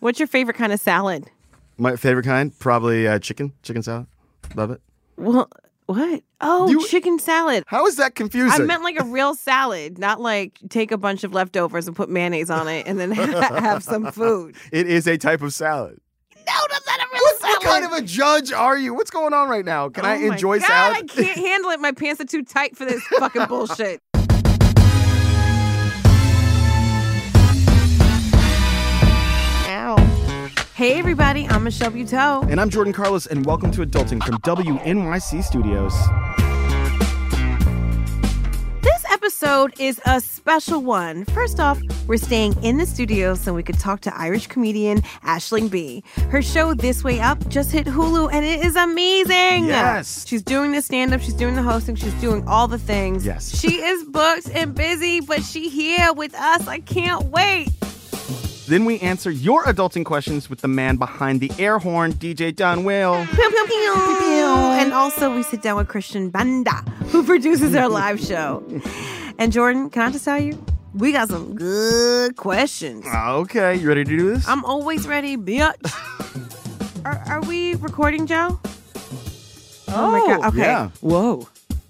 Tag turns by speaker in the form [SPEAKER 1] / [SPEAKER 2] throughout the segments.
[SPEAKER 1] What's your favorite kind of salad?
[SPEAKER 2] My favorite kind, probably uh, chicken, chicken salad. Love it.
[SPEAKER 1] Well, what? Oh,
[SPEAKER 2] You-
[SPEAKER 1] chicken salad.
[SPEAKER 2] How is that confusing?
[SPEAKER 1] I meant like a real salad, not like take a bunch of leftovers and put mayonnaise on it and then have some food.
[SPEAKER 2] it is a type of salad.
[SPEAKER 1] No, that's not a real
[SPEAKER 2] What,
[SPEAKER 1] salad.
[SPEAKER 2] what kind of a judge are you? What's going on right now? Can I
[SPEAKER 1] Oh my
[SPEAKER 2] enjoy
[SPEAKER 1] God,
[SPEAKER 2] salad?
[SPEAKER 1] I can't handle it. My pants are too tight for this fucking bullshit. Ow. Hey everybody, I'm Michelle Buteau.
[SPEAKER 2] And I'm Jordan Carlos, and welcome to Adulting from WNYC Studios.
[SPEAKER 1] This episode is a special one. First off, we're staying in the studio so we could talk to Irish comedian Ashling B. Her show This Way Up just hit Hulu and it is amazing.
[SPEAKER 2] Yes.
[SPEAKER 1] She's doing the stand up, she's doing the hosting, she's doing all the things.
[SPEAKER 2] Yes.
[SPEAKER 1] She is booked and busy, but she here with us. I can't wait.
[SPEAKER 2] Then we answer your adulting questions with the man behind the air horn, DJ Don Whale.
[SPEAKER 1] Pew, pew, pew. And also, we sit down with Christian Banda, who produces our live show. And Jordan, can I just tell you, we got some good questions.
[SPEAKER 2] Okay, you ready to do this?
[SPEAKER 1] I'm always ready, bitch. are, are we recording, Joe? Oh, my god. Okay.
[SPEAKER 2] yeah.
[SPEAKER 3] Whoa.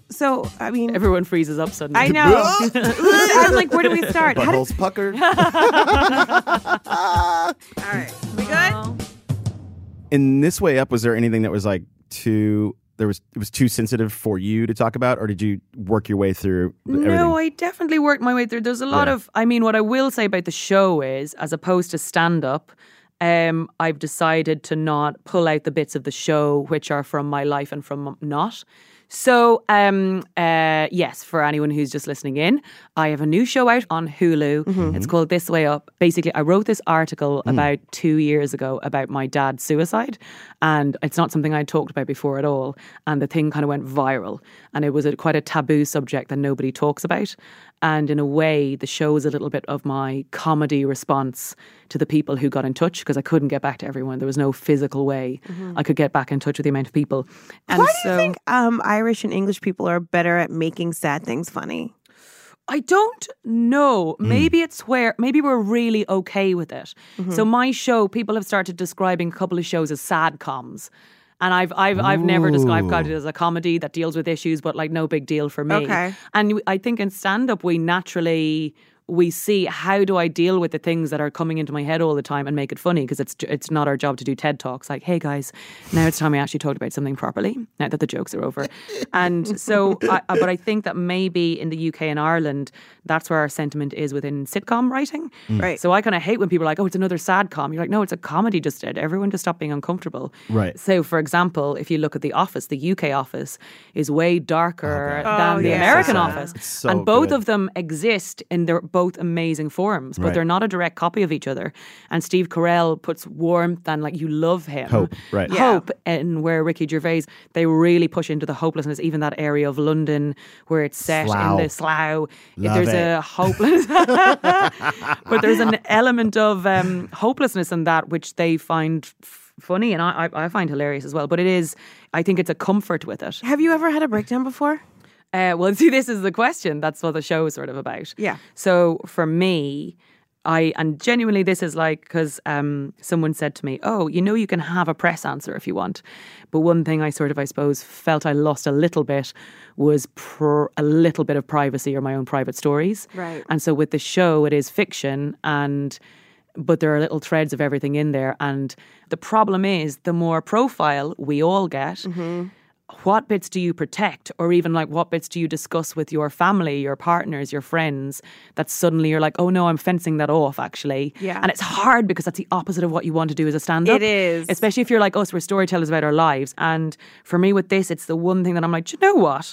[SPEAKER 1] So, I mean,
[SPEAKER 3] Everyone freezes up suddenly.
[SPEAKER 1] I know. I'm like, where do we start? How did-
[SPEAKER 2] Buttholes puckered.
[SPEAKER 1] all right. We good?
[SPEAKER 2] In this way up, was there anything that was like too? There was it was too sensitive for you to talk about, or did you work your way through everything?
[SPEAKER 3] No, I definitely worked my way through. There's a lot
[SPEAKER 2] Yeah.
[SPEAKER 3] of, I mean, what I will say about the show is, as opposed to stand up, um, I've decided to not pull out the bits of the show which are from my life and from not. So, um, uh, yes, for anyone who's just listening in, I have a new show out on Hulu.
[SPEAKER 2] Mm-hmm.
[SPEAKER 3] It's called This Way Up. Basically, I wrote this article
[SPEAKER 1] Mm.
[SPEAKER 3] about two years ago about my dad's suicide, and it's not something I talked about before at all. And the thing kind of went viral, and it was a, quite a taboo subject that nobody talks about. And in a way, the show is a little bit of my comedy response to the people who got in touch because I couldn't get back to everyone. There was no physical way I could get back in touch with the amount of people. And
[SPEAKER 1] Mm-hmm. Why do
[SPEAKER 3] so,
[SPEAKER 1] you think um, Irish and English people are better at making sad things funny?
[SPEAKER 3] I don't know. Maybe it's where maybe we're really okay with it. So my show, people have started describing a couple of shows as sad comms. And I've I've I've never described it as a comedy that deals with issues, but like no big deal for me.
[SPEAKER 1] Okay.
[SPEAKER 3] And we- I think in stand up we naturally we see how do I deal with the things that are coming into my head all the time and make it funny because it's it's not our job to do TED talks like hey guys now it's time I actually talked about something properly now that the jokes are over and so I, I- but I think that maybe in the UK and Ireland that's where our sentiment is within sitcom writing
[SPEAKER 1] Mm. Right.
[SPEAKER 3] so I kind of hate when people are like oh it's another sad com you're like no it's a comedy just everyone just stop being uncomfortable
[SPEAKER 2] Right.
[SPEAKER 3] so for example if you look at the office the UK office is way darker
[SPEAKER 1] God.
[SPEAKER 3] than
[SPEAKER 1] Oh,
[SPEAKER 3] the
[SPEAKER 1] yeah.
[SPEAKER 3] American
[SPEAKER 1] Yeah.
[SPEAKER 3] office
[SPEAKER 2] It's so
[SPEAKER 3] and both
[SPEAKER 2] good.
[SPEAKER 3] of them exist in their both amazing forms, but
[SPEAKER 2] Right.
[SPEAKER 3] they're not a direct copy of each other. And Steve Carell puts warmth and like you love him.
[SPEAKER 2] Hope, right.
[SPEAKER 1] Yeah.
[SPEAKER 3] Hope and where Ricky Gervais, they really push into the hopelessness, even that area of London where it's set
[SPEAKER 2] Slough.
[SPEAKER 3] in the slough.
[SPEAKER 2] Love
[SPEAKER 3] there's
[SPEAKER 2] it.
[SPEAKER 3] a hopeless but there's an element of um, hopelessness in that which they find f- funny and I, I I find hilarious as well. But it is I think it's a comfort with it.
[SPEAKER 1] Have you ever had a breakdown before?
[SPEAKER 3] Uh, well, see, this is the question. That's what the show is sort of about.
[SPEAKER 1] Yeah.
[SPEAKER 3] So for me, I and genuinely, this is like because um, someone said to me, "Oh, you know, you can have a press answer if you want," but one thing I sort of, I suppose, felt I lost a little bit was pr- a little bit of privacy or my own private stories.
[SPEAKER 1] Right.
[SPEAKER 3] And so with the show, it is fiction and but there are little threads of everything in there and the problem is the more profile we all get
[SPEAKER 1] Mm-hmm.
[SPEAKER 3] what bits do you protect or even like what bits do you discuss with your family your partners your friends that suddenly you're like oh no i'm fencing that off actually
[SPEAKER 1] Yeah.
[SPEAKER 3] and it's hard because that's the opposite of what you want to do as a stand-up
[SPEAKER 1] It is.
[SPEAKER 3] especially if you're like us we're storytellers about our lives and for me with this it's the one thing that i'm like "Do you know what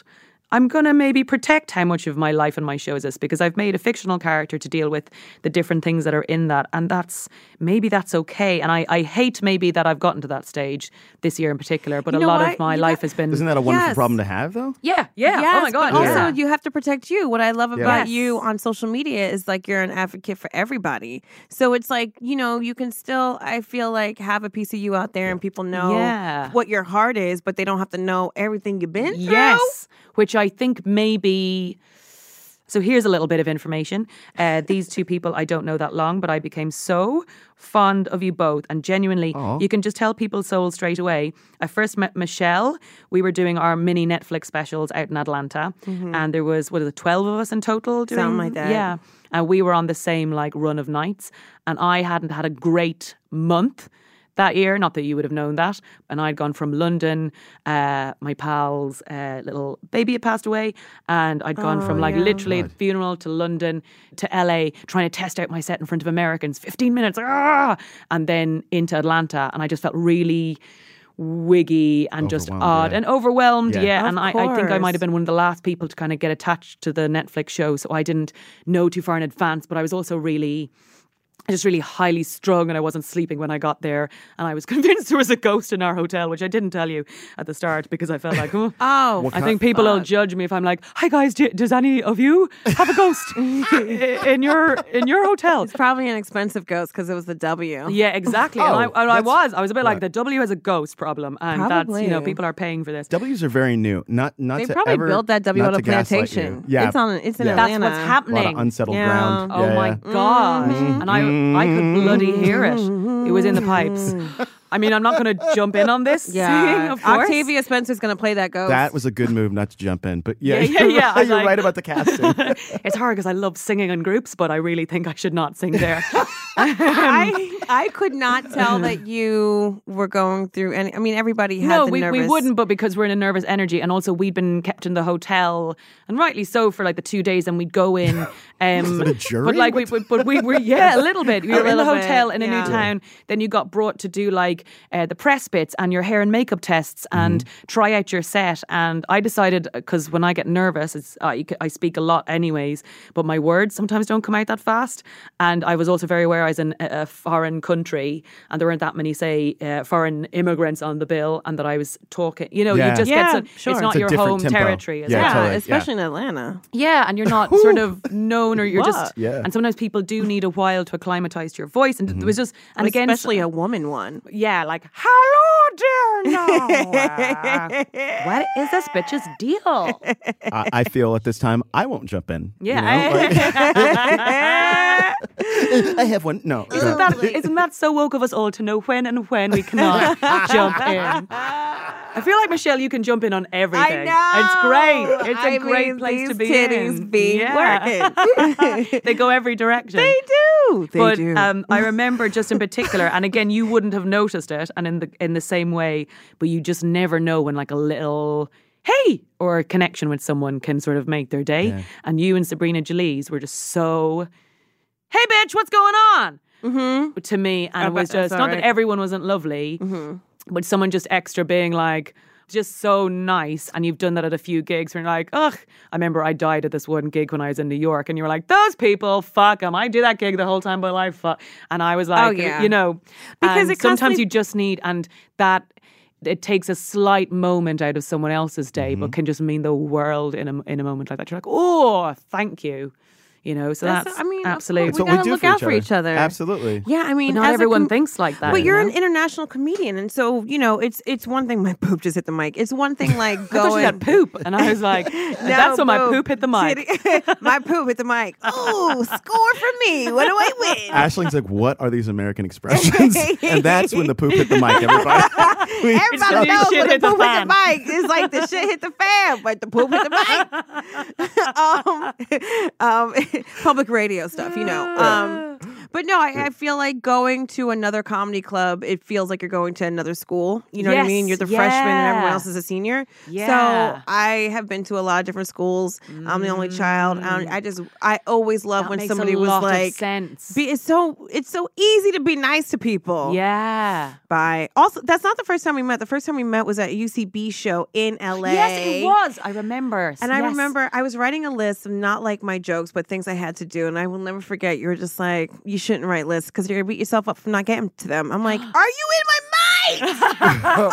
[SPEAKER 3] I'm going to maybe protect how much of my life and my show is this because I've made a fictional character to deal with the different things that are in that. And that's maybe that's okay. And I, I hate maybe that I've gotten to that stage this year in particular, but
[SPEAKER 1] You know
[SPEAKER 3] a lot
[SPEAKER 1] what?
[SPEAKER 3] of my
[SPEAKER 1] You
[SPEAKER 3] life
[SPEAKER 1] got-
[SPEAKER 3] has been.
[SPEAKER 2] Isn't that a wonderful
[SPEAKER 1] Yes.
[SPEAKER 2] problem to have, though?
[SPEAKER 3] yeah, yeah.
[SPEAKER 1] Yes,
[SPEAKER 3] oh my God.
[SPEAKER 1] But also,
[SPEAKER 3] yeah.
[SPEAKER 1] you have to protect you. What I love about
[SPEAKER 3] Yes.
[SPEAKER 1] you on social media is like you're an advocate for everybody. So it's like you know you can still I feel like have a piece of you out there and people know
[SPEAKER 3] Yeah.
[SPEAKER 1] what your heart is, but they don't have to know everything you've been through.
[SPEAKER 3] Yes, which I think maybe. So here's a little bit of information. Uh, these two people, I don't know that long, but I became so fond of you both. And genuinely, you can just tell people's souls straight away. I first met Michelle. We were doing our mini Netflix specials out in Atlanta. And there was, what is it, 12 of us in total? Doing,
[SPEAKER 1] Something like that.
[SPEAKER 3] Yeah. And we were on the same like run of nights. And I hadn't had a great month that year. Not that you would have known that. And I'd gone from London, uh, my pal's uh, little baby had passed away, and I'd gone
[SPEAKER 1] Oh,
[SPEAKER 3] from like literally the funeral to London to LA, trying to test out my set in front of Americans. Fifteen minutes, ah! and then into Atlanta, and I just felt really wiggy and just
[SPEAKER 2] Overwhelmed,
[SPEAKER 3] odd
[SPEAKER 2] yeah.
[SPEAKER 3] and overwhelmed.
[SPEAKER 2] Yeah.
[SPEAKER 3] Yeah,
[SPEAKER 1] Of
[SPEAKER 3] and I, I think I might
[SPEAKER 1] course.
[SPEAKER 3] have been one of the last people to kind of get attached to the Netflix show, so I didn't know too far in advance, but I was also really just really highly strung and I wasn't sleeping when I got there and I was convinced there was a ghost in our hotel which I didn't tell you at the start because I felt like oh,
[SPEAKER 2] Ah.
[SPEAKER 1] Oh,
[SPEAKER 3] I think people will judge me if I'm like hi guys do, does any of you have a ghost
[SPEAKER 2] Ah.
[SPEAKER 3] i- in your in your hotel
[SPEAKER 1] it's probably an expensive ghost because it was the W.
[SPEAKER 3] yeah exactly and I,
[SPEAKER 2] Oh,
[SPEAKER 3] and I
[SPEAKER 2] that's-
[SPEAKER 3] was I was a bit like the W has a ghost problem and that's you know
[SPEAKER 1] Probably.
[SPEAKER 3] people are paying for this
[SPEAKER 2] W's are very new. Not not
[SPEAKER 1] They
[SPEAKER 2] to
[SPEAKER 1] probably
[SPEAKER 2] ever-
[SPEAKER 1] built that W
[SPEAKER 2] not
[SPEAKER 1] on a
[SPEAKER 2] to gaslight you.
[SPEAKER 1] plantation.
[SPEAKER 2] Yeah,
[SPEAKER 1] It's on. It's in
[SPEAKER 2] Yeah.
[SPEAKER 3] that's
[SPEAKER 1] Atlanta.
[SPEAKER 3] what's
[SPEAKER 2] a lot
[SPEAKER 3] happening
[SPEAKER 2] of unsettled
[SPEAKER 1] Yeah.
[SPEAKER 2] ground.
[SPEAKER 3] Oh
[SPEAKER 2] Yeah,
[SPEAKER 3] my
[SPEAKER 2] yeah.
[SPEAKER 3] god! And I, I could bloody hear it. It was in the pipes.
[SPEAKER 2] Mm-hmm.
[SPEAKER 3] I mean, I'm not going to jump in on this singing, of course.
[SPEAKER 1] Octavia Spencer's gonna play that ghost.
[SPEAKER 2] That was a good move not to jump in, but yeah,
[SPEAKER 3] Yeah, yeah,
[SPEAKER 2] you're,
[SPEAKER 3] yeah, I
[SPEAKER 2] Right,
[SPEAKER 3] was
[SPEAKER 2] you're
[SPEAKER 3] like-
[SPEAKER 2] right about the casting.
[SPEAKER 3] it's hard because I love singing in groups, but I really think I should not sing there. Um,
[SPEAKER 1] I I could not tell that you were going through any. I mean, everybody had
[SPEAKER 3] no,
[SPEAKER 1] the
[SPEAKER 3] we,
[SPEAKER 1] nervous.
[SPEAKER 3] we wouldn't, but because we're in a nervous energy, and also we'd been kept in the hotel, and rightly so for like the two days, and we'd go in. Um,
[SPEAKER 2] it a jury?
[SPEAKER 3] But like we, we- but we were yeah, a little bit. We were in the
[SPEAKER 1] little bit,
[SPEAKER 3] hotel in a
[SPEAKER 1] yeah.
[SPEAKER 3] new town. Then you got brought to do like uh, the press bits and your hair and makeup tests
[SPEAKER 2] Mm-hmm.
[SPEAKER 3] and try out your set. And I decided because when I get nervous, it's I, I speak a lot anyways, but my words sometimes don't come out that fast. And I was also very aware I was in a, a foreign country and there weren't that many say uh, foreign immigrants on the bill, and that I was talking. You know,
[SPEAKER 2] Yeah.
[SPEAKER 3] you just
[SPEAKER 1] Yeah,
[SPEAKER 3] get so,
[SPEAKER 1] sure.
[SPEAKER 3] it's
[SPEAKER 2] It's
[SPEAKER 3] not
[SPEAKER 2] a
[SPEAKER 3] your
[SPEAKER 2] different
[SPEAKER 3] home
[SPEAKER 2] tempo.
[SPEAKER 3] territory. As
[SPEAKER 2] Yeah,
[SPEAKER 3] well.
[SPEAKER 1] Yeah,
[SPEAKER 2] totally, yeah.
[SPEAKER 1] especially in Atlanta.
[SPEAKER 3] Yeah, and you're not sort of known, or you're
[SPEAKER 1] What?
[SPEAKER 3] just.
[SPEAKER 2] Yeah. Mm-hmm.
[SPEAKER 3] And sometimes people do need a while to acclimatize to your voice, and it was just. And again,
[SPEAKER 1] especially a woman one.
[SPEAKER 3] yeah, like hello, dear Noah. what is this bitch's deal?
[SPEAKER 2] I, I feel at this time I won't jump in. you
[SPEAKER 3] Yeah,
[SPEAKER 2] know? Like, I have one. No,
[SPEAKER 3] isn't
[SPEAKER 2] no.
[SPEAKER 3] that isn't that so woke of us all to know when and when we cannot jump in? I feel like Michelle, you can jump in on everything. It's great. It's a
[SPEAKER 1] a
[SPEAKER 3] great place to be.
[SPEAKER 1] Titties
[SPEAKER 3] in.
[SPEAKER 1] be
[SPEAKER 3] Yeah.
[SPEAKER 1] working.
[SPEAKER 3] they go every direction.
[SPEAKER 1] they do. They
[SPEAKER 3] but
[SPEAKER 1] do.
[SPEAKER 3] Um, I remember just in particular, and again, you wouldn't have noticed it, and in the in the same way, but you just never know when like a little hey or a connection with someone can sort of make their day. And you and Sabrina Jalise were just so, hey bitch, what's going on? Mm-hmm. To me, and it was
[SPEAKER 1] that's
[SPEAKER 3] just not
[SPEAKER 1] alright.
[SPEAKER 3] that everyone wasn't lovely,
[SPEAKER 1] Mm-hmm.
[SPEAKER 3] but someone just extra being like. Just so nice, and you've done that at a few gigs. Where you're like, ugh, I remember I died at this one gig when I was in New York, and you were like, those people, fuck them. I do that gig the whole time, but I fuck. And I was like,
[SPEAKER 1] Oh, yeah.
[SPEAKER 3] you know,
[SPEAKER 1] Because
[SPEAKER 3] and
[SPEAKER 1] it constantly-
[SPEAKER 3] sometimes you just need, and that it takes a slight moment out of someone else's day,
[SPEAKER 1] Mm-hmm.
[SPEAKER 3] but can just mean the world in a in a moment like that. You're like, oh, thank you, you know. So
[SPEAKER 1] That's-
[SPEAKER 3] that's,
[SPEAKER 1] I mean, of course,
[SPEAKER 3] absolutely.
[SPEAKER 1] we gotta look out for each other.
[SPEAKER 2] Absolutely.
[SPEAKER 1] yeah, I mean,
[SPEAKER 3] not
[SPEAKER 1] as a
[SPEAKER 3] everyone
[SPEAKER 1] com-
[SPEAKER 3] thinks like that.
[SPEAKER 1] But
[SPEAKER 3] you
[SPEAKER 1] you're
[SPEAKER 3] know?
[SPEAKER 1] an international comedian, and so you know it's it's one thing. My poop just hit the mic. It's one thing like
[SPEAKER 3] I thought you
[SPEAKER 1] going.
[SPEAKER 3] said poop, and I was like, that's when my poop hit the mic.
[SPEAKER 1] mic. my poop hit the mic. Oh, score for me. What do I win?
[SPEAKER 2] Ashling's like, what are these American expressions? and that's when the poop hit the mic, everybody. We-
[SPEAKER 3] the
[SPEAKER 1] Everybody
[SPEAKER 3] new
[SPEAKER 1] knows
[SPEAKER 3] shit
[SPEAKER 1] when the
[SPEAKER 3] hit the
[SPEAKER 1] poop hit the
[SPEAKER 3] fan.
[SPEAKER 1] mic. It's like the shit hit the fan, but the poop hit the mic. um, um, public radio stuff, you know. Um, But no, I, I feel like going to another comedy club, it feels like you're going to another school. You know what I mean?
[SPEAKER 3] Yes,
[SPEAKER 1] You're the freshman and everyone
[SPEAKER 3] yeah.
[SPEAKER 1] else is a senior.
[SPEAKER 3] Yeah.
[SPEAKER 1] So I have been to a lot of different schools. I'm the only child. I, I just, I always love
[SPEAKER 3] Mm. That
[SPEAKER 1] when
[SPEAKER 3] makes
[SPEAKER 1] somebody
[SPEAKER 3] a
[SPEAKER 1] was
[SPEAKER 3] lot
[SPEAKER 1] like,
[SPEAKER 3] of sense.
[SPEAKER 1] be, it's so it's so easy to be nice to people.
[SPEAKER 3] yeah.
[SPEAKER 1] Bye. Also, that's not the first time we met. The first time we met was at a UCB show in LA.
[SPEAKER 3] Yes, it was. I remember.
[SPEAKER 1] And I
[SPEAKER 3] Yes.
[SPEAKER 1] remember I was writing a list of not like my jokes, but things I had to do. And I will never forget, you were just like, you shouldn't write lists because you're going to beat yourself up for not getting to them. I'm like, are you in my mind?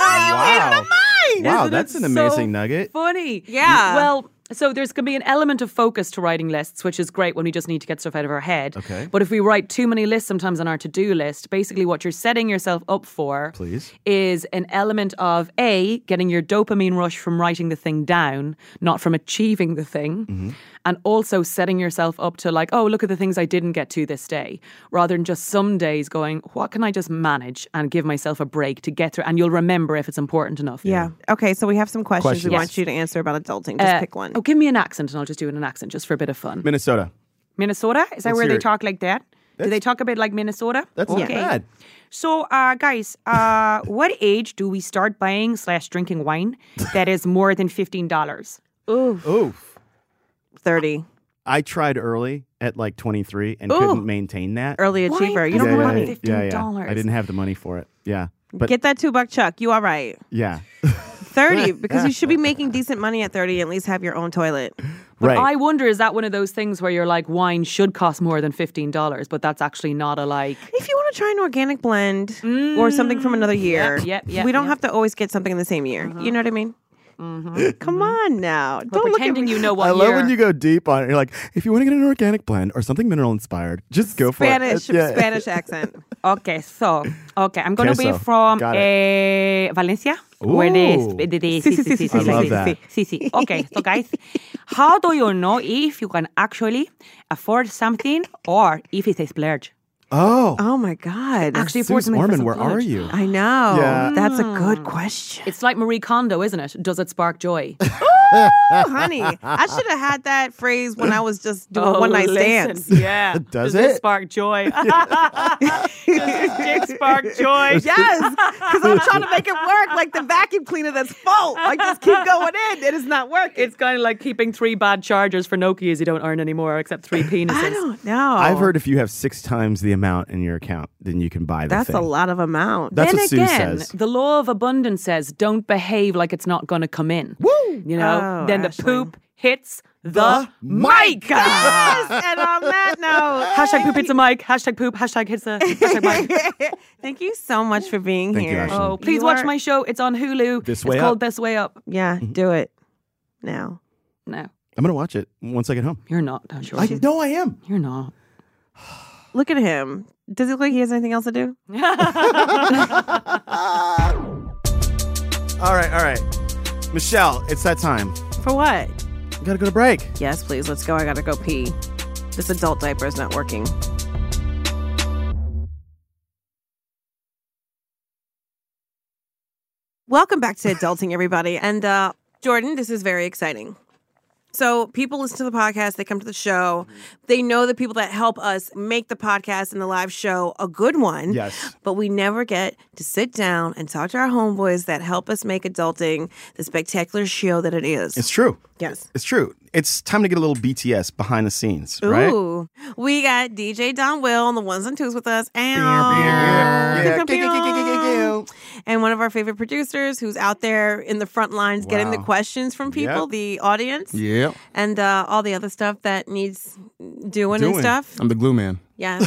[SPEAKER 2] wow.
[SPEAKER 1] mind?
[SPEAKER 2] Wow,
[SPEAKER 3] Isn't
[SPEAKER 2] that's
[SPEAKER 3] it
[SPEAKER 2] an
[SPEAKER 3] so
[SPEAKER 2] amazing nugget.
[SPEAKER 3] Funny.
[SPEAKER 1] Yeah.
[SPEAKER 3] Well, so there's going to be an element of focus to writing lists, which is great when we just need to get stuff out of our head.
[SPEAKER 2] Okay.
[SPEAKER 3] But if we write too many lists sometimes on our to do list, basically what you're setting yourself up for
[SPEAKER 2] Please.
[SPEAKER 3] is an element of A, getting your dopamine rush from writing the thing down, not from achieving the thing.
[SPEAKER 2] Mm-hmm.
[SPEAKER 3] And also setting yourself up to, like, oh, look at the things I didn't get to this day, rather than just some days going, what can I just manage and give myself a break to get through? And you'll remember if it's important enough.
[SPEAKER 1] Yeah. Okay. So we have some questions,
[SPEAKER 2] Questions.
[SPEAKER 1] we want you to answer about adulting. Just
[SPEAKER 3] Uh,
[SPEAKER 1] pick one.
[SPEAKER 3] Oh, give me an accent and I'll just do it in an accent just for a bit of fun.
[SPEAKER 2] Minnesota.
[SPEAKER 3] Minnesota? Is that where they
[SPEAKER 2] your-
[SPEAKER 3] talk like that? Do they talk a bit like Minnesota?
[SPEAKER 2] That's not bad.
[SPEAKER 3] So, uh, guys, uh, what age do we start buying slash drinking wine that is more than fifteen dollars?
[SPEAKER 2] Oof.
[SPEAKER 1] 30.
[SPEAKER 2] I tried early at like 23 and
[SPEAKER 1] Ooh.
[SPEAKER 2] couldn't maintain that.
[SPEAKER 1] Early achiever. You don't
[SPEAKER 3] Yeah,
[SPEAKER 1] have
[SPEAKER 3] yeah,
[SPEAKER 1] money.
[SPEAKER 3] yeah.
[SPEAKER 2] yeah,
[SPEAKER 3] $15.
[SPEAKER 2] I didn't have the money for it. Yeah. But
[SPEAKER 1] Get that two buck chuck. You all right.
[SPEAKER 2] yeah.
[SPEAKER 1] 30 because you should be making decent money at 30 and at least have your own toilet.
[SPEAKER 2] right.
[SPEAKER 3] I wonder is that one of those things where you're like wine should cost more than fifteen dollars, but that's actually not a like.
[SPEAKER 1] If you want to try an organic blend or something from another year,
[SPEAKER 3] Mm. yep, yep,
[SPEAKER 1] we don't
[SPEAKER 3] yep. Mm-hmm.
[SPEAKER 1] have to always get something in the same year. You know what I mean? Come on now.
[SPEAKER 3] But
[SPEAKER 1] don't look at
[SPEAKER 3] Mm-hmm. pretending
[SPEAKER 1] me.
[SPEAKER 3] you know what
[SPEAKER 2] I love
[SPEAKER 3] year.
[SPEAKER 2] when you go deep on it. You're like, if you want to get an organic blend or something mineral inspired, just go for
[SPEAKER 1] Spanish,
[SPEAKER 2] it. That's- yeah.
[SPEAKER 1] Spanish accent.
[SPEAKER 3] Okay, so okay, I'm gonna be
[SPEAKER 2] Queso.
[SPEAKER 3] from
[SPEAKER 2] Got
[SPEAKER 3] uh, Valencia. Where they
[SPEAKER 2] Ooh.
[SPEAKER 3] sp- they- they-
[SPEAKER 1] Sí,
[SPEAKER 3] sí,
[SPEAKER 1] sí, sí,
[SPEAKER 3] sí,
[SPEAKER 1] sí,
[SPEAKER 3] sí,
[SPEAKER 2] I love
[SPEAKER 3] sí,
[SPEAKER 2] that.
[SPEAKER 3] sí, sí, sí. Okay, so guys, how do you know if you can actually afford something or if it's a splurge?
[SPEAKER 2] Oh,
[SPEAKER 1] Oh my God.
[SPEAKER 3] Actually, afford
[SPEAKER 2] Suze
[SPEAKER 3] something
[SPEAKER 2] Orman,
[SPEAKER 3] for
[SPEAKER 2] where are
[SPEAKER 3] splurge.
[SPEAKER 2] you?
[SPEAKER 1] I know.
[SPEAKER 2] Yeah.
[SPEAKER 1] That's a
[SPEAKER 3] Mm.
[SPEAKER 1] good question.
[SPEAKER 3] It's like Marie Kondo, isn't it? Does it spark joy?
[SPEAKER 1] Oh, honey, I should have had that phrase when I was just
[SPEAKER 3] Oh,
[SPEAKER 1] doing one night stands.
[SPEAKER 3] Yeah.
[SPEAKER 2] Does it?
[SPEAKER 3] spark joy? Does this dick spark joy?
[SPEAKER 1] Yes, because I'm trying to make it work like the vacuum cleaner that's full. Like, just keep going in. It is not working.
[SPEAKER 3] It's kind of like keeping three bad chargers for Nokias you don't earn anymore, except three
[SPEAKER 1] I
[SPEAKER 3] penises.
[SPEAKER 1] don't know.
[SPEAKER 2] I've heard if you have six times the amount in your account, then you can buy the
[SPEAKER 1] That's
[SPEAKER 2] thing.
[SPEAKER 1] a lot of amount.
[SPEAKER 2] That's
[SPEAKER 3] then
[SPEAKER 2] what Sue
[SPEAKER 3] again,
[SPEAKER 2] says.
[SPEAKER 3] the law of abundance says don't behave like it's not going to come in. Woo! You know,
[SPEAKER 1] Oh,
[SPEAKER 3] then
[SPEAKER 1] Ashley.
[SPEAKER 3] the poop hits the, mic.
[SPEAKER 1] yes, and on that note,
[SPEAKER 3] hashtag poop hits the mic. Hashtag poop. Hashtag hits the hashtag mic.
[SPEAKER 1] Thank you so much for being
[SPEAKER 2] Thank you,
[SPEAKER 1] here.
[SPEAKER 2] Ashley.
[SPEAKER 3] Oh, please
[SPEAKER 1] You
[SPEAKER 3] watch
[SPEAKER 1] are-
[SPEAKER 3] my show. It's on Hulu.
[SPEAKER 2] This
[SPEAKER 3] it's
[SPEAKER 2] Way
[SPEAKER 3] called
[SPEAKER 2] Up.
[SPEAKER 3] This Way Up.
[SPEAKER 1] Yeah, do it now.
[SPEAKER 3] No,
[SPEAKER 2] I'm gonna watch it once I get home.
[SPEAKER 3] you're not. I'm sure.
[SPEAKER 2] I no, I am.
[SPEAKER 3] You're not.
[SPEAKER 1] Look at him. Does he look like he has anything else to do?
[SPEAKER 2] All right, all right. Michelle, it's that time.
[SPEAKER 1] For what?
[SPEAKER 2] We gotta go to break.
[SPEAKER 1] Yes, please. Let's go. I gotta go pee. This adult diaper is not working. Welcome back to Adulting, everybody. And uh, Jordan, this is very exciting. So, people listen to the podcast, they come to the show,
[SPEAKER 2] Mm-hmm.
[SPEAKER 1] they know the people that help us make the podcast and the live show a good one.
[SPEAKER 2] Yes.
[SPEAKER 1] But we never get to sit down and talk to our homeboys that help us make adulting the spectacular show that it is.
[SPEAKER 2] It's true.
[SPEAKER 1] yes.
[SPEAKER 2] It's true. It's time to get a little BTS behind the scenes, right?
[SPEAKER 1] Ooh, we got DJ Don Will on the ones and twos with us, and and one of our favorite producers who's out there in the front lines getting the
[SPEAKER 2] Wow.
[SPEAKER 1] questions from people,
[SPEAKER 2] Yep.
[SPEAKER 1] the audience,
[SPEAKER 4] Yeah,
[SPEAKER 1] and uh, all the other stuff that needs doing, and
[SPEAKER 2] Doing.
[SPEAKER 1] stuff.
[SPEAKER 4] I'm the glue man.
[SPEAKER 1] Yes,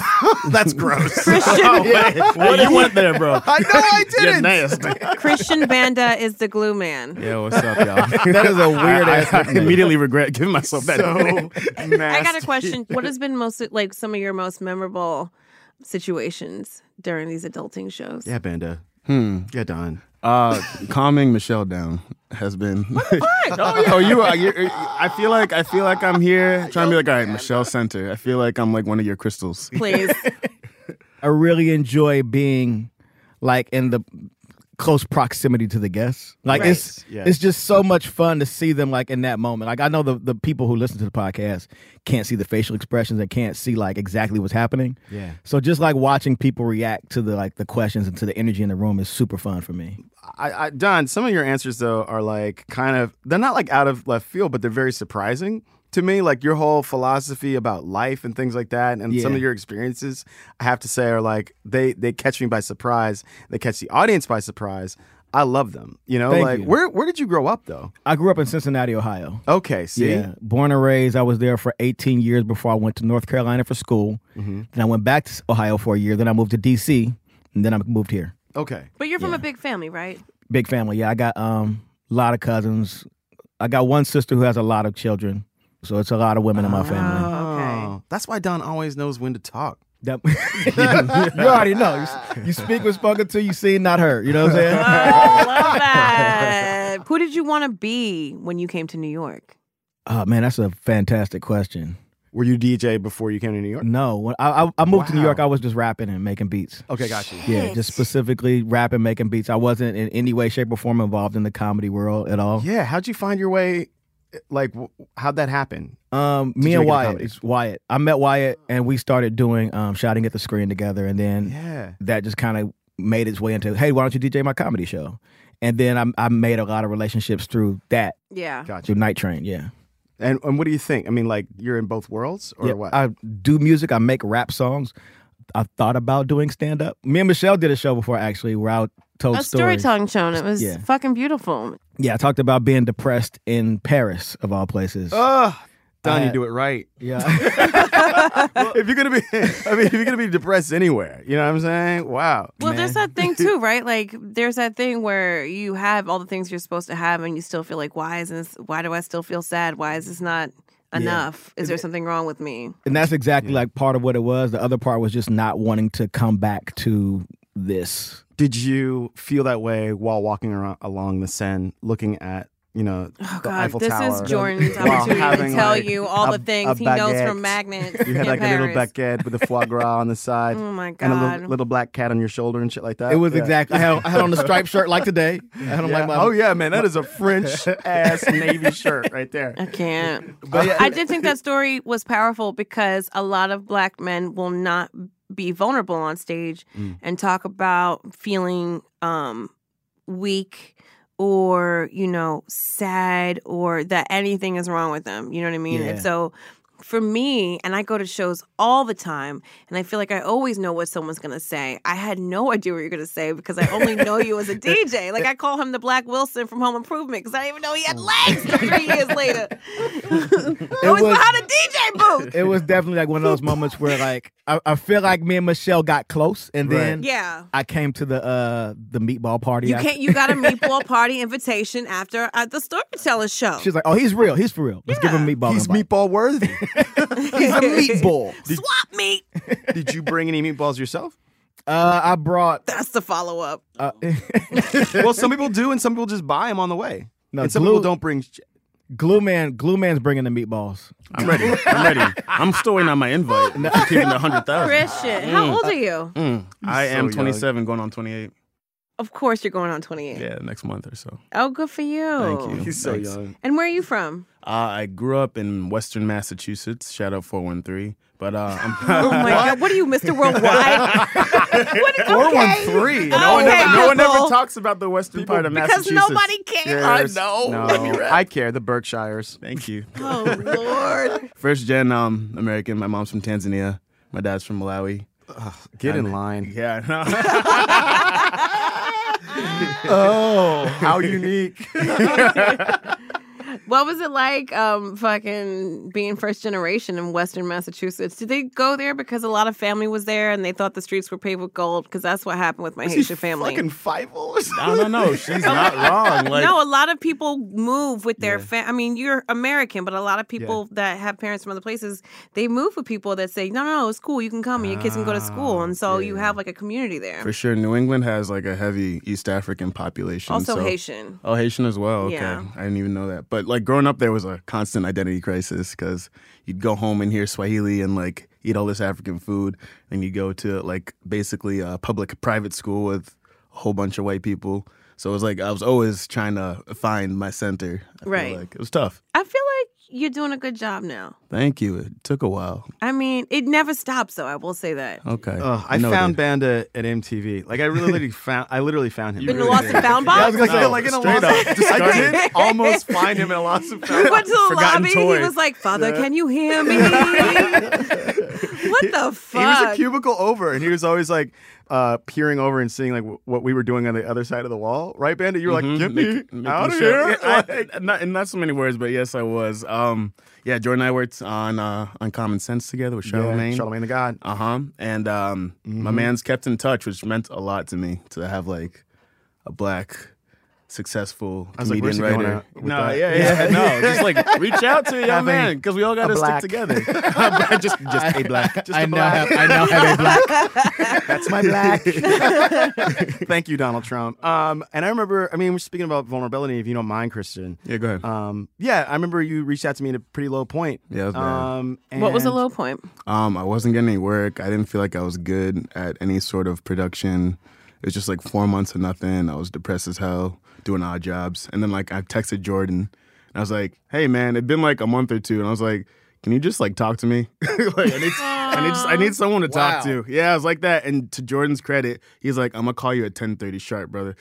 [SPEAKER 2] That's gross.
[SPEAKER 1] Christian
[SPEAKER 2] what you went there, bro? I know I
[SPEAKER 4] You're
[SPEAKER 2] didn't.
[SPEAKER 4] nasty.
[SPEAKER 1] Christian Banda is the glue man.
[SPEAKER 4] Yo, what's up, y'all? that is a weird
[SPEAKER 2] I-
[SPEAKER 4] ass.
[SPEAKER 2] I
[SPEAKER 4] nickname.
[SPEAKER 2] immediately regret giving myself that.
[SPEAKER 4] so nasty.
[SPEAKER 1] I got a question. What has been most like some of your most memorable situations during these adulting shows?
[SPEAKER 2] yeah, Banda.
[SPEAKER 4] Hmm.
[SPEAKER 2] Yeah, Don.
[SPEAKER 4] Uh, calming Michelle down has been. oh, yeah. you are. You're, I feel like I feel like I'm here trying to be like, all right, Michelle Center. I feel like I'm like one of your crystals.
[SPEAKER 1] Please.
[SPEAKER 5] I really enjoy being like in the close proximity to the guests. Like
[SPEAKER 6] Right.
[SPEAKER 5] it's
[SPEAKER 6] Yeah.
[SPEAKER 5] it's just so much fun to see them like in that moment. Like I know the the people who listen to the podcast can't see the facial expressions and can't see like exactly what's happening.
[SPEAKER 7] Yeah.
[SPEAKER 5] So just like watching people react to the like the questions and to the energy in the room is super fun for me.
[SPEAKER 2] I, I, Don, some of your answers though are like kind of they're not like out of left field, but they're very surprising to me. Like your whole philosophy about life and things like that, and some
[SPEAKER 5] Yeah.
[SPEAKER 2] of your experiences, I have to say, are like they they catch me by surprise. They catch the audience by surprise. I love them. You know,
[SPEAKER 5] Thank
[SPEAKER 2] like
[SPEAKER 5] you.
[SPEAKER 2] where where did you grow up though?
[SPEAKER 5] I grew up in Cincinnati, Ohio.
[SPEAKER 2] Okay, see,
[SPEAKER 5] Yeah, born and raised. I was there for 18 years before I went to North Carolina for school. Then I went back to Ohio for a year. Then I moved to D.C. and then I moved here.
[SPEAKER 2] okay,
[SPEAKER 1] But you're from a big family, right?
[SPEAKER 5] Big family. Yeah, I got um, a lot of cousins. I got one sister who has a lot of children, so it's a lot of women in my family.
[SPEAKER 1] Okay.
[SPEAKER 2] Oh, that's why Don always knows when to talk.
[SPEAKER 5] That- you already know. You, s- you speak with spoken to. You see, not heard. You know what I'm saying?
[SPEAKER 1] Oh, Love that. Who did you want to be when you came to New York?
[SPEAKER 5] oh man, that's a fantastic question.
[SPEAKER 2] Were you DJ before you came to New York?
[SPEAKER 5] No, when I, I, I moved to New
[SPEAKER 2] Wow. Oh,
[SPEAKER 5] York, I was just rapping and making beats.
[SPEAKER 2] Okay, got you.
[SPEAKER 5] Yeah, just specifically rapping, making beats. I wasn't in any way, shape, or form involved in the comedy world at all.
[SPEAKER 2] Yeah, how'd you find your way? Like, w- how'd that happen?
[SPEAKER 5] Um,
[SPEAKER 2] Did
[SPEAKER 5] me
[SPEAKER 2] you get into
[SPEAKER 5] and Wyatt,
[SPEAKER 2] comedy?
[SPEAKER 5] it's Wyatt. I met Wyatt, and we started doing um, shouting at the screen together, and then
[SPEAKER 2] Yeah.
[SPEAKER 5] that just kind of made its way into, hey, why don't you DJ my comedy show? And then I, I made a lot of relationships through that,
[SPEAKER 1] Yeah.
[SPEAKER 2] Gotcha.
[SPEAKER 5] through Night Train. Yeah,
[SPEAKER 2] And and what do you think? I mean, like you're in both worlds, or
[SPEAKER 5] Yeah,
[SPEAKER 2] what?
[SPEAKER 5] I do music. I make rap songs. I thought about doing stand up. Me and Michelle did a show before actually, where I told
[SPEAKER 1] A
[SPEAKER 5] stories.
[SPEAKER 1] storytelling show. and It was
[SPEAKER 5] Yeah.
[SPEAKER 1] fucking beautiful.
[SPEAKER 5] Yeah, I talked about being depressed in Paris of all places.
[SPEAKER 2] Ugh, Don,
[SPEAKER 5] I-
[SPEAKER 2] you do it right.
[SPEAKER 5] Yeah.
[SPEAKER 2] if you're gonna be, I mean, if you're gonna be depressed anywhere, you know what I'm saying? Wow.
[SPEAKER 1] Well, there's that thing too, right? Like, there's that thing where you have all the things you're supposed to have, and you still feel like, why isn't this? Why do I still feel sad? Why is this not enough? Is there something wrong with me?
[SPEAKER 5] and that's exactly like part of what it was. The other part was just not wanting to come back to this.
[SPEAKER 2] Did you feel that way while walking around along the Seine, looking at you know
[SPEAKER 1] Oh
[SPEAKER 2] the
[SPEAKER 1] God,
[SPEAKER 2] Eiffel
[SPEAKER 1] this
[SPEAKER 2] Tower?
[SPEAKER 1] is Jordan's
[SPEAKER 2] while
[SPEAKER 1] opportunity
[SPEAKER 2] having,
[SPEAKER 1] to tell
[SPEAKER 2] like,
[SPEAKER 1] you all
[SPEAKER 2] a-
[SPEAKER 1] the things
[SPEAKER 2] a
[SPEAKER 1] he knows
[SPEAKER 2] baguette.
[SPEAKER 1] from magnets.
[SPEAKER 2] You had
[SPEAKER 1] in
[SPEAKER 2] like a little
[SPEAKER 1] Paris.
[SPEAKER 2] baguette with a foie gras on the side.
[SPEAKER 1] Oh my
[SPEAKER 2] And a
[SPEAKER 1] God.
[SPEAKER 2] little, little black cat on your shoulder and shit like that.
[SPEAKER 5] It was
[SPEAKER 2] Yeah.
[SPEAKER 5] exactly. I had, I had on the striped shirt like today. I had on
[SPEAKER 2] Yeah.
[SPEAKER 5] like my.
[SPEAKER 2] oh yeah, man, that is a French ass navy shirt right there.
[SPEAKER 1] I can't. I did think that story was powerful because a lot of black men will not be vulnerable on stage and talk about feeling um, weak or, you know, sad or that anything is wrong with them. You know what I mean? And
[SPEAKER 5] Yeah.
[SPEAKER 1] so for me, and I go to shows all the time, and I feel like I always know what someone's gonna say. I had no idea what you're gonna say because I only know you as a DJ. Like I call him the Black Wilson from Home Improvement because I didn't even know he had legs three years later. I was,
[SPEAKER 5] was-
[SPEAKER 1] behind a DJ booth.
[SPEAKER 5] It was definitely like one of those moments where like I, I feel like me and Michelle got close, and then
[SPEAKER 1] Yeah.
[SPEAKER 5] I came to the uh the meatball party.
[SPEAKER 1] You
[SPEAKER 5] after.
[SPEAKER 1] can't. You got a meatball party invitation after at the storyteller show.
[SPEAKER 5] She's like, oh, he's real. He's for real. Let's give him a meatball.
[SPEAKER 2] He's
[SPEAKER 5] invite.
[SPEAKER 2] meatball worthy. He's a meatball. Did,
[SPEAKER 1] Swap meat.
[SPEAKER 2] did you bring any meatballs yourself?
[SPEAKER 5] Uh, I brought
[SPEAKER 1] That's the follow up.
[SPEAKER 2] well, some people do, and some people just buy them on the way.
[SPEAKER 5] No,
[SPEAKER 2] and some
[SPEAKER 5] glue-
[SPEAKER 2] people don't bring. sh-
[SPEAKER 5] glue man. Glue man's bringing the meatballs.
[SPEAKER 2] I'm ready. I'm ready. I'm still waiting on my invite.
[SPEAKER 5] for
[SPEAKER 2] keeping the hundred thousand.
[SPEAKER 1] Christian, how old are you?
[SPEAKER 4] Mm.
[SPEAKER 2] I am 27,
[SPEAKER 4] going on 28.
[SPEAKER 1] Of course, you're going on 28.
[SPEAKER 4] Yeah, next month or so.
[SPEAKER 1] Oh, good for you.
[SPEAKER 4] Thank you.
[SPEAKER 2] He's so
[SPEAKER 4] Thanks.
[SPEAKER 2] young.
[SPEAKER 1] And where are you from?
[SPEAKER 4] Uh, I grew up in Western Massachusetts. Shout out 413. But uh,
[SPEAKER 1] Oh
[SPEAKER 4] I'm
[SPEAKER 1] my God! What are you, Mr. Worldwide? what, okay.
[SPEAKER 2] Four one three. No one
[SPEAKER 1] Okay,
[SPEAKER 2] ever, no one ever
[SPEAKER 1] people.
[SPEAKER 4] talks about the Western part of
[SPEAKER 1] Because
[SPEAKER 4] Massachusetts.
[SPEAKER 1] nobody cares.
[SPEAKER 2] cares. No, I care. The Berkshires.
[SPEAKER 4] Thank you.
[SPEAKER 1] Oh Lord!
[SPEAKER 4] First gen um, American. My mom's from Tanzania. My dad's from Malawi.
[SPEAKER 2] Get in line.
[SPEAKER 4] Yeah, I
[SPEAKER 2] How unique.
[SPEAKER 1] What was it like, um, fucking being first generation in Western Massachusetts? Did they go there because a lot of family was there and they thought the streets were paved with gold? Because that's what happened with my Haitian family.
[SPEAKER 2] Fucking Fievel or something.
[SPEAKER 4] don't know. She's not wrong. Like,
[SPEAKER 1] no, a lot of people move with their fam. I mean, you're American, but a lot of people that have parents from other places, they move with people that say, "No, no, no, it's cool. You can come and your kids can go to school." And so you have like a community there.
[SPEAKER 4] for sure, New England has like a heavy East African population.
[SPEAKER 1] Also
[SPEAKER 4] so-
[SPEAKER 1] Haitian.
[SPEAKER 4] Oh, Haitian as well. Okay,
[SPEAKER 1] Yeah.
[SPEAKER 4] I didn't even know that. But like growing up, there was a constant identity crisis because you'd go home and hear Swahili and like eat all this African food, and you go to like basically a public private school with a whole bunch of white people. So it was like I was always trying to find my center. I feel
[SPEAKER 1] Right.
[SPEAKER 4] Like. It was tough.
[SPEAKER 1] I feel like you're doing a good job now.
[SPEAKER 4] Thank you. It took a while.
[SPEAKER 1] I mean, it never stops, though. I will say that.
[SPEAKER 4] Okay.
[SPEAKER 2] Ugh, I
[SPEAKER 4] Noted.
[SPEAKER 2] found Banda at MTV. Like I really literally found. I literally found him.
[SPEAKER 1] In the lost and found box.
[SPEAKER 2] was gonna say,
[SPEAKER 4] No,
[SPEAKER 2] like, in a
[SPEAKER 4] straight
[SPEAKER 2] lost-
[SPEAKER 4] up. Just
[SPEAKER 2] I
[SPEAKER 4] started-
[SPEAKER 2] did.
[SPEAKER 4] almost find him in a lost and found.
[SPEAKER 1] We went to the
[SPEAKER 4] Forgotten
[SPEAKER 1] lobby.
[SPEAKER 4] toy.
[SPEAKER 1] He was like, "Father, can you hear me?" what the fuck?
[SPEAKER 2] He was a cubicle over, and he was always like uh, peering over and seeing like w- what we were doing on the other side of the wall, right, Bandit? You were
[SPEAKER 4] Mhm.
[SPEAKER 2] like, "Get
[SPEAKER 4] Make-
[SPEAKER 2] me
[SPEAKER 4] make
[SPEAKER 2] out
[SPEAKER 4] me
[SPEAKER 2] of
[SPEAKER 4] sure.
[SPEAKER 2] here!"
[SPEAKER 4] Yeah,
[SPEAKER 2] Like-
[SPEAKER 4] I- not, in not so many words, but yes, I was. Um, yeah, Jordan and I worked on uh, on Common Sense together with Charlemagne.
[SPEAKER 2] Yeah, Charlemagne the Mm-hmm. God.
[SPEAKER 4] Uh huh. And um, my man's kept in touch, which meant a lot to me to have like a black successful
[SPEAKER 2] was like,
[SPEAKER 4] comedian
[SPEAKER 2] where's he going
[SPEAKER 4] writer.
[SPEAKER 2] at with
[SPEAKER 4] No,
[SPEAKER 2] that?
[SPEAKER 4] yeah, yeah, no. Just like reach out to a young
[SPEAKER 2] Having
[SPEAKER 4] man because we all got to stick
[SPEAKER 2] black-
[SPEAKER 4] together. just just a black. Just
[SPEAKER 5] I
[SPEAKER 4] a
[SPEAKER 5] now
[SPEAKER 4] black.
[SPEAKER 5] have I now have a black.
[SPEAKER 2] That's my black. Thank you, Donald Trump. Um, and I remember, I mean, we're speaking about vulnerability, if you don't mind, Kristen.
[SPEAKER 4] Yeah, go ahead.
[SPEAKER 2] Um, yeah, I remember you reached out to me at a pretty low point.
[SPEAKER 4] Yeah, it was bad.
[SPEAKER 2] um,
[SPEAKER 1] what was the
[SPEAKER 2] and-
[SPEAKER 1] low point?
[SPEAKER 4] Um, I wasn't getting any work. I didn't feel like I was good at any sort of production. It was just like four months of nothing. I was depressed as hell, doing odd jobs. And then like I texted Jordan and I was like, Hey man, it'd been like a month or two and I was like, Can you just like talk to me? like I need, I need just, I need someone to talk to. Yeah, I was like that. And to Jordan's credit, he's like, I'm gonna call you at ten thirty sharp, brother.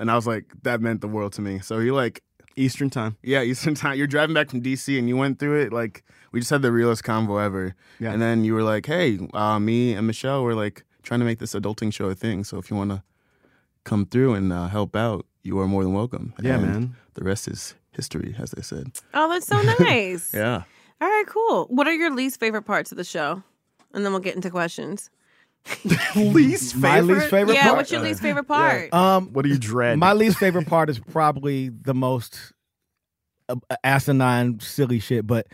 [SPEAKER 4] And I was like, that meant the world to me. So he like
[SPEAKER 2] Eastern time.
[SPEAKER 4] yeah, Eastern Time. You're driving back from DC and you went through it. Like, we just had the realest convo ever.
[SPEAKER 2] Yeah.
[SPEAKER 4] And then you were like, hey, uh, me and Michelle were like trying to make this adulting show a thing. So if you want to come through and uh, help out, you are more than welcome.
[SPEAKER 2] Yeah,
[SPEAKER 4] And
[SPEAKER 2] man.
[SPEAKER 4] The rest is history, as they said.
[SPEAKER 1] Oh, that's so nice.
[SPEAKER 4] Yeah.
[SPEAKER 1] All right, cool. What are your least favorite parts of the show? And then we'll get into questions.
[SPEAKER 2] Least
[SPEAKER 5] My least favorite
[SPEAKER 1] yeah,
[SPEAKER 5] part.
[SPEAKER 1] what's your least favorite part?
[SPEAKER 5] um,
[SPEAKER 2] What do you dread?
[SPEAKER 5] my least favorite part is probably the most uh, asinine, silly shit. But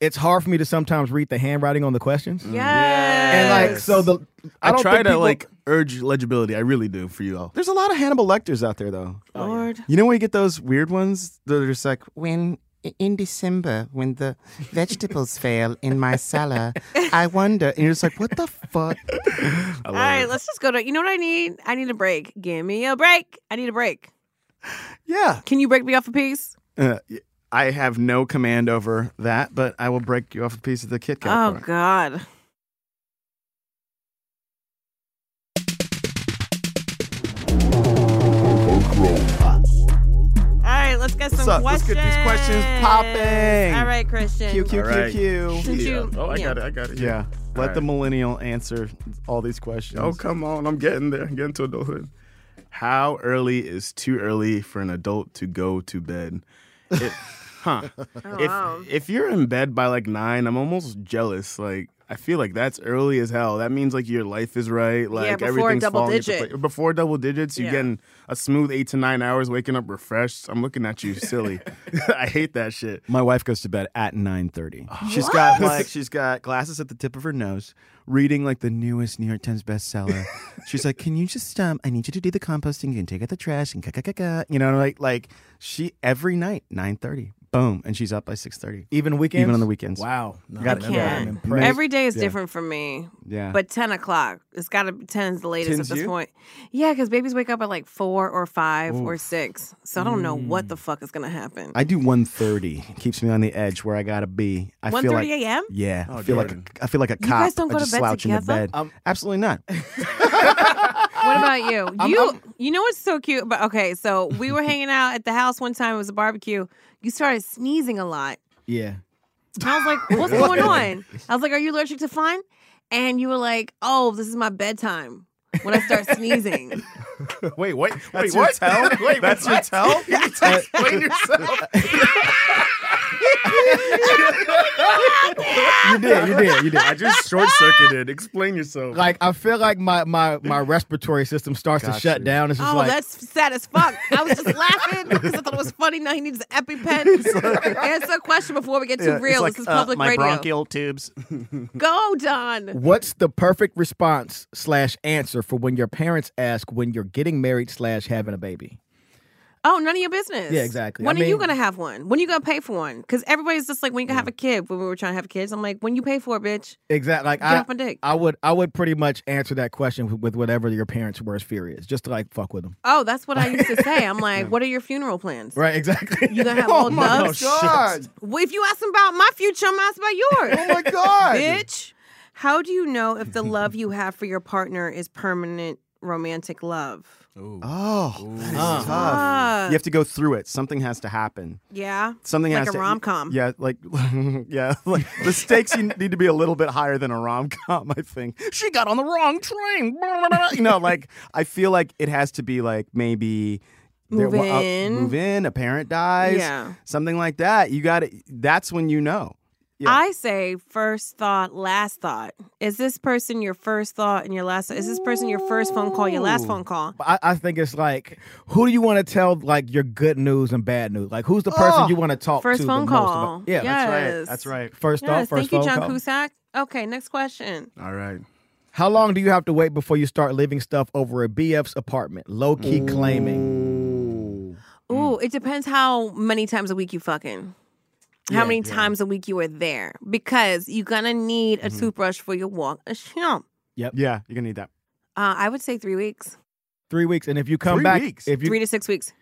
[SPEAKER 5] it's hard for me to sometimes read the handwriting on the questions.
[SPEAKER 1] Yes.
[SPEAKER 5] And like, so the I,
[SPEAKER 4] I,
[SPEAKER 5] don't
[SPEAKER 4] try
[SPEAKER 5] think
[SPEAKER 4] to
[SPEAKER 5] people-
[SPEAKER 4] like urge legibility. I really do for you all.
[SPEAKER 2] There's a lot of Hannibal Lecters out there, though.
[SPEAKER 5] Oh.
[SPEAKER 1] Lord.
[SPEAKER 2] You know when you get those weird ones that are just like,
[SPEAKER 8] when in December, when the vegetables fail in my cellar, I wonder. And you're just like, what the fuck?
[SPEAKER 1] All right, let's just go to. You know what I need? I need a break. Give me a break. I need a break.
[SPEAKER 2] yeah.
[SPEAKER 1] Can you break me off a piece?
[SPEAKER 2] Uh, y- I have no command over that, but I will break you off a piece of the Kit Kat.
[SPEAKER 1] Oh
[SPEAKER 2] bar.
[SPEAKER 1] God. All right, let's get some
[SPEAKER 2] What's up? Let's
[SPEAKER 1] questions.
[SPEAKER 2] get these questions popping.
[SPEAKER 1] All right, Christian.
[SPEAKER 2] Q, Q,
[SPEAKER 4] All
[SPEAKER 2] Q,
[SPEAKER 4] right.
[SPEAKER 2] Q.
[SPEAKER 1] Since you,
[SPEAKER 4] Oh, I
[SPEAKER 1] yeah.
[SPEAKER 4] got it. I got it.
[SPEAKER 2] Yeah. Let
[SPEAKER 4] right.
[SPEAKER 2] the millennial answer all these questions.
[SPEAKER 4] Oh, come on. I'm getting there. I'm getting to adulthood. How early is too early for an adult to go to bed? It, huh. if,
[SPEAKER 1] Oh, wow.
[SPEAKER 4] if you're in bed by like nine, I'm almost jealous. Like, I feel like that's early as hell. That means like your life is right. Like
[SPEAKER 1] before
[SPEAKER 4] everything's
[SPEAKER 1] double
[SPEAKER 4] falling into
[SPEAKER 1] digit.
[SPEAKER 4] place. Before double digits, you're
[SPEAKER 1] Yeah.
[SPEAKER 4] getting a smooth eight to nine hours, waking up refreshed. I'm looking at you silly. I hate that shit.
[SPEAKER 2] My wife goes to bed at 9:30. She's got like she's got glasses at the tip of her nose, reading like the newest New York Times bestseller. she's like, "Can you just um I need you to do the composting and take out the trash and ka-ka-ka-ka. You know, like like she every night 9:30. Boom, and she's up by 6:30.
[SPEAKER 5] even weekends,
[SPEAKER 2] Even on the weekends.
[SPEAKER 5] Wow,
[SPEAKER 1] I
[SPEAKER 5] Gotta- I'm
[SPEAKER 1] can't.
[SPEAKER 5] impressed.
[SPEAKER 1] Every day is different for me.
[SPEAKER 2] Yeah.
[SPEAKER 1] But 10 o'clock. It's got to be 10 is the latest
[SPEAKER 2] 10's
[SPEAKER 1] at this
[SPEAKER 2] you?
[SPEAKER 1] point. Yeah, because babies wake up at like 4 or 5 or 6. So I don't know what the fuck is going to happen.
[SPEAKER 2] Mm. I do 1:30. Keeps me on the edge where I got to be. I
[SPEAKER 1] 1.30
[SPEAKER 2] feel like
[SPEAKER 1] a.m.?
[SPEAKER 2] Yeah, I
[SPEAKER 4] Oh,
[SPEAKER 2] feel
[SPEAKER 4] Jordan.
[SPEAKER 2] like a, I feel like a cop.
[SPEAKER 1] guys don't
[SPEAKER 2] I
[SPEAKER 1] go to
[SPEAKER 2] just
[SPEAKER 1] bed
[SPEAKER 2] slouch into
[SPEAKER 1] together?
[SPEAKER 2] bed. Absolutely not.
[SPEAKER 1] What about you? You you know what's so cute? But okay, so we were hanging out at the house one time. It was a barbecue. You started sneezing a lot.
[SPEAKER 5] yeah.
[SPEAKER 1] I was like, "What's going on?" I was like, "Are you allergic to fun?" And you were like, "Oh, this is my bedtime." When I start sneezing,
[SPEAKER 4] Wait, what? Wait,
[SPEAKER 2] That's your
[SPEAKER 4] what?
[SPEAKER 2] tell?
[SPEAKER 4] Wait,
[SPEAKER 2] That's your tell?
[SPEAKER 4] You need to explain yourself.
[SPEAKER 5] You did, you did, you did.
[SPEAKER 4] I just short circuited. Explain yourself.
[SPEAKER 5] Like I feel like my my my respiratory system starts to shut down. It's just
[SPEAKER 1] oh,
[SPEAKER 5] like
[SPEAKER 1] that's sad as fuck. I was just laughing because I thought it was funny. Now he needs an EpiPen. Answer a question before we get too
[SPEAKER 2] Yeah, it's
[SPEAKER 1] real.
[SPEAKER 2] like,
[SPEAKER 1] this is
[SPEAKER 2] uh,
[SPEAKER 1] public
[SPEAKER 2] my
[SPEAKER 1] radio.
[SPEAKER 2] bronchial tubes.
[SPEAKER 1] Go, Don.
[SPEAKER 5] What's the perfect response slash answer for when your parents ask when you're getting married slash having a baby?
[SPEAKER 1] Oh, none of your business.
[SPEAKER 5] Yeah, exactly.
[SPEAKER 1] When
[SPEAKER 5] I
[SPEAKER 1] are you
[SPEAKER 5] mean-
[SPEAKER 1] gonna have one? When are you gonna pay for one? Because everybody's just like, when you gonna have a kid? When we were trying to have kids, I'm like, when you pay for it, bitch.
[SPEAKER 5] Exactly. Like
[SPEAKER 1] Get
[SPEAKER 5] I,
[SPEAKER 1] off my dick.
[SPEAKER 5] I would, I would pretty much answer that question with, with whatever your parents' worst fear is, just to like fuck with them.
[SPEAKER 1] Oh, that's what I used to say. I'm like, what are your funeral plans?
[SPEAKER 5] Right. Exactly.
[SPEAKER 1] You gonna have all
[SPEAKER 8] my
[SPEAKER 1] doves?
[SPEAKER 8] god!
[SPEAKER 1] Well, if you ask them about my future, I'm asked about yours.
[SPEAKER 8] Oh my god!
[SPEAKER 1] bitch. How do you know if the love you have for your partner is permanent romantic love?
[SPEAKER 2] Oh, that is
[SPEAKER 5] Uh.
[SPEAKER 2] tough.
[SPEAKER 1] Uh,
[SPEAKER 2] You have to go through it. Something has to happen.
[SPEAKER 1] yeah.
[SPEAKER 2] Something
[SPEAKER 1] Like
[SPEAKER 2] has
[SPEAKER 1] a
[SPEAKER 2] to e-,
[SPEAKER 1] rom-com.
[SPEAKER 2] Yeah, like yeah, like the stakes you need to be a little bit higher than a rom com. I think she got on the wrong train. you know, like I feel like it has to be like maybe
[SPEAKER 1] Move
[SPEAKER 2] there- uh,
[SPEAKER 1] in.
[SPEAKER 2] move in, a parent dies,
[SPEAKER 1] Yeah.
[SPEAKER 2] something like that. You got to That's when you know. Yeah.
[SPEAKER 1] I say first thought, last thought. Is this person your first thought and your last? Is this person your first phone call, your last phone call?
[SPEAKER 5] But I, I think it's like, who do you want to tell like your good news and bad news? Like, who's the person you want to talk
[SPEAKER 1] Oh, First
[SPEAKER 5] to?
[SPEAKER 1] phone
[SPEAKER 5] the most
[SPEAKER 1] call.
[SPEAKER 5] about- yeah.
[SPEAKER 1] Yes.
[SPEAKER 2] That's right.
[SPEAKER 5] First
[SPEAKER 1] Yes,
[SPEAKER 5] off, first
[SPEAKER 1] thank you,
[SPEAKER 5] phone
[SPEAKER 1] John
[SPEAKER 5] call.
[SPEAKER 1] Cusack. Okay, next question.
[SPEAKER 4] All right.
[SPEAKER 5] How long do you have to wait before you start leaving stuff over at BF's apartment? Low key claiming. Mm.
[SPEAKER 1] Ooh, it depends how many times a week you fucking. How many times a week you are there? Because you're gonna need
[SPEAKER 5] Mm-hmm.
[SPEAKER 1] a toothbrush for your walk. A shum.
[SPEAKER 2] Yeah, you're gonna need that.
[SPEAKER 1] Uh, I would say three weeks,
[SPEAKER 5] Three weeks, and if you come
[SPEAKER 2] Three
[SPEAKER 5] back,
[SPEAKER 2] weeks?
[SPEAKER 5] if you
[SPEAKER 1] three to six weeks.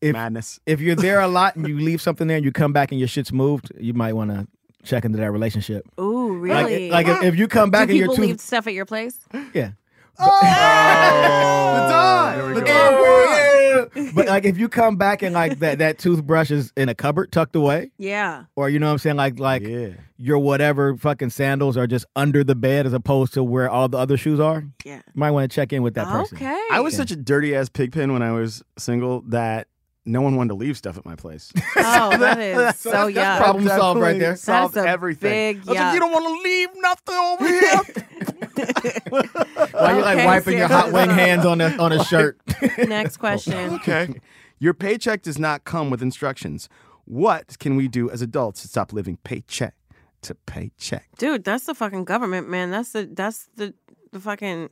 [SPEAKER 5] If-
[SPEAKER 2] Madness.
[SPEAKER 5] if you're there a lot and you leave something there and you come back and your shit's moved, you might want to check into that relationship.
[SPEAKER 1] Ooh, really?
[SPEAKER 5] Like, like if, if you come back
[SPEAKER 1] Do
[SPEAKER 5] and your
[SPEAKER 1] people
[SPEAKER 5] tooth,
[SPEAKER 1] leave stuff at your place?
[SPEAKER 5] yeah.
[SPEAKER 2] The dog. The
[SPEAKER 5] But like if you come back and like that that toothbrush is in a cupboard tucked away,
[SPEAKER 1] Yeah.
[SPEAKER 5] or you know what I'm saying, like like
[SPEAKER 2] Yeah.
[SPEAKER 5] your whatever fucking sandals are just under the bed as opposed to where all the other shoes are, you
[SPEAKER 1] Yeah.
[SPEAKER 5] might want to check in with that person.
[SPEAKER 1] Okay.
[SPEAKER 2] I was such a dirty ass pigpen when I was single that no one wanted to leave stuff at my place.
[SPEAKER 1] Oh, that is so,
[SPEAKER 2] That's
[SPEAKER 1] yeah.
[SPEAKER 5] problem solved right
[SPEAKER 2] definitely
[SPEAKER 5] there.
[SPEAKER 2] Solved
[SPEAKER 1] That's a
[SPEAKER 2] everything.
[SPEAKER 1] big
[SPEAKER 2] I was like,
[SPEAKER 1] yuck.
[SPEAKER 2] you don't want to leave nothing over here.
[SPEAKER 5] While you're like
[SPEAKER 1] Okay,
[SPEAKER 5] wiping your hot
[SPEAKER 1] serious
[SPEAKER 5] wing
[SPEAKER 1] enough.
[SPEAKER 5] hands on a on a shirt.
[SPEAKER 1] Next question.
[SPEAKER 2] okay. Your paycheck does not come with instructions. What can we do as adults to stop living paycheck to paycheck?
[SPEAKER 1] Dude, that's the fucking government, man. That's the that's the the fucking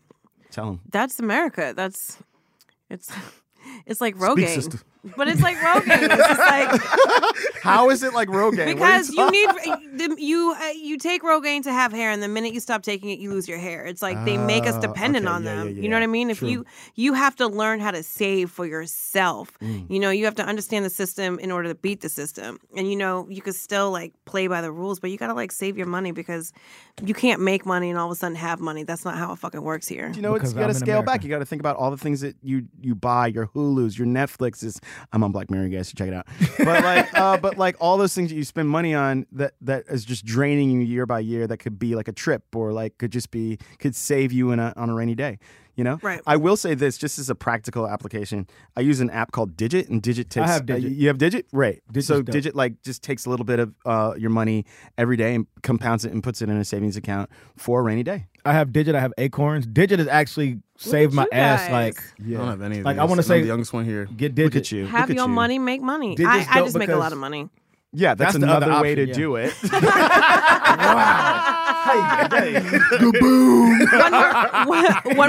[SPEAKER 2] Tell them.
[SPEAKER 1] that's America. That's it's it's like
[SPEAKER 2] Speak,
[SPEAKER 1] Rogaine.
[SPEAKER 2] sister.
[SPEAKER 1] But it's like Rogaine. It's just like
[SPEAKER 2] How is it like Rogaine?
[SPEAKER 1] because you need the- you uh, you take Rogaine to have hair, and the minute you stop taking it, you lose your hair. It's like they make us
[SPEAKER 2] Oh,
[SPEAKER 1] dependent
[SPEAKER 2] okay.
[SPEAKER 1] on
[SPEAKER 2] Yeah,
[SPEAKER 1] them.
[SPEAKER 2] yeah,
[SPEAKER 1] You know
[SPEAKER 2] yeah.
[SPEAKER 1] what I mean? If
[SPEAKER 2] True.
[SPEAKER 1] you you have to learn how to save for yourself.
[SPEAKER 2] Mm.
[SPEAKER 1] You know, you have to understand the system in order to beat the system. And you know, you could still like play by the rules, but you gotta like save your money because you can't make money and all of a sudden have money. That's not how it fucking works here.
[SPEAKER 2] You know, it's,
[SPEAKER 5] Because
[SPEAKER 2] you got to
[SPEAKER 5] I'm in
[SPEAKER 2] scale back.
[SPEAKER 5] America.
[SPEAKER 2] You got to think about all the things that you you buy, your Hulu's, your Netflixes. I'm on Black Mirror, you guys. So check it out. But like, uh, but like all those things that you spend money on that that is just draining you year by year. That could be like a trip, or like could just be could save you in a, on a rainy day. You know,
[SPEAKER 1] Right.
[SPEAKER 2] I will say this, just as a practical application, I use an app called Digit, and Digit takes. uh,
[SPEAKER 5] have Digit.
[SPEAKER 2] you have Digit, right?
[SPEAKER 5] Digit's
[SPEAKER 2] so
[SPEAKER 5] dope.
[SPEAKER 2] Digit like just takes a little bit of uh, your money every day and compounds it and puts it in a savings account for a rainy day.
[SPEAKER 5] I have Digit, I have Acorns. Digit has actually saved
[SPEAKER 1] at
[SPEAKER 5] my
[SPEAKER 1] you
[SPEAKER 5] ass
[SPEAKER 1] guys.
[SPEAKER 5] like
[SPEAKER 4] I don't have any of
[SPEAKER 5] Like, I
[SPEAKER 4] these,
[SPEAKER 5] wanna
[SPEAKER 4] and I'm
[SPEAKER 5] say-
[SPEAKER 4] the youngest one here.
[SPEAKER 5] get
[SPEAKER 2] Look
[SPEAKER 5] Digit.
[SPEAKER 2] at you.
[SPEAKER 1] Have
[SPEAKER 2] Look at
[SPEAKER 1] your
[SPEAKER 2] you.
[SPEAKER 1] money, make money.
[SPEAKER 5] Did
[SPEAKER 1] I,
[SPEAKER 5] this
[SPEAKER 1] I
[SPEAKER 5] dope
[SPEAKER 1] just make a lot
[SPEAKER 5] because-
[SPEAKER 1] of money.
[SPEAKER 2] Yeah, that's,
[SPEAKER 5] That's the
[SPEAKER 2] another
[SPEAKER 5] other
[SPEAKER 2] way to
[SPEAKER 5] option, yeah.
[SPEAKER 2] do it.
[SPEAKER 1] One more, one, one